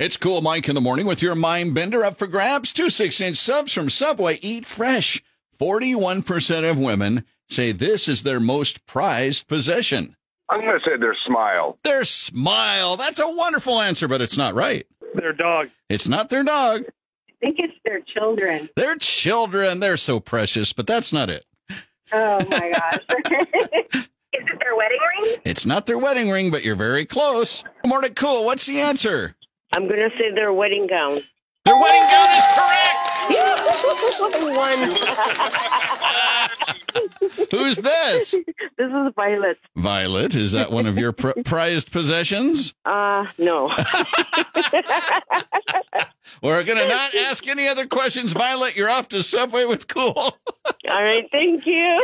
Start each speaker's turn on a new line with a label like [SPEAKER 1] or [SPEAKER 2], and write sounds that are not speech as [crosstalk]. [SPEAKER 1] It's cool, Mike, in the morning with your mind bender up for grabs. Two six inch subs from Subway. Eat fresh. 41% of women say this is their most prized possession.
[SPEAKER 2] I'm going to say their smile.
[SPEAKER 1] Their smile. That's a wonderful answer, but it's not right.
[SPEAKER 3] Their dog.
[SPEAKER 1] It's not their dog.
[SPEAKER 4] I think it's their children.
[SPEAKER 1] Their children. They're so precious, but that's not it.
[SPEAKER 4] Oh my gosh. [laughs]
[SPEAKER 5] Is it their wedding ring?
[SPEAKER 1] It's not their wedding ring, but you're very close. Morning, cool. What's the answer?
[SPEAKER 6] I'm going to say their wedding gown.
[SPEAKER 1] Their wedding gown is correct.
[SPEAKER 6] One.
[SPEAKER 1] Who's this?
[SPEAKER 6] This is Violet.
[SPEAKER 1] Violet, is that one of your pr- prized possessions?
[SPEAKER 6] Uh, [laughs] no.
[SPEAKER 1] We're going to not ask any other questions. Violet, you're off to Subway with Cool.
[SPEAKER 6] All right. Thank you.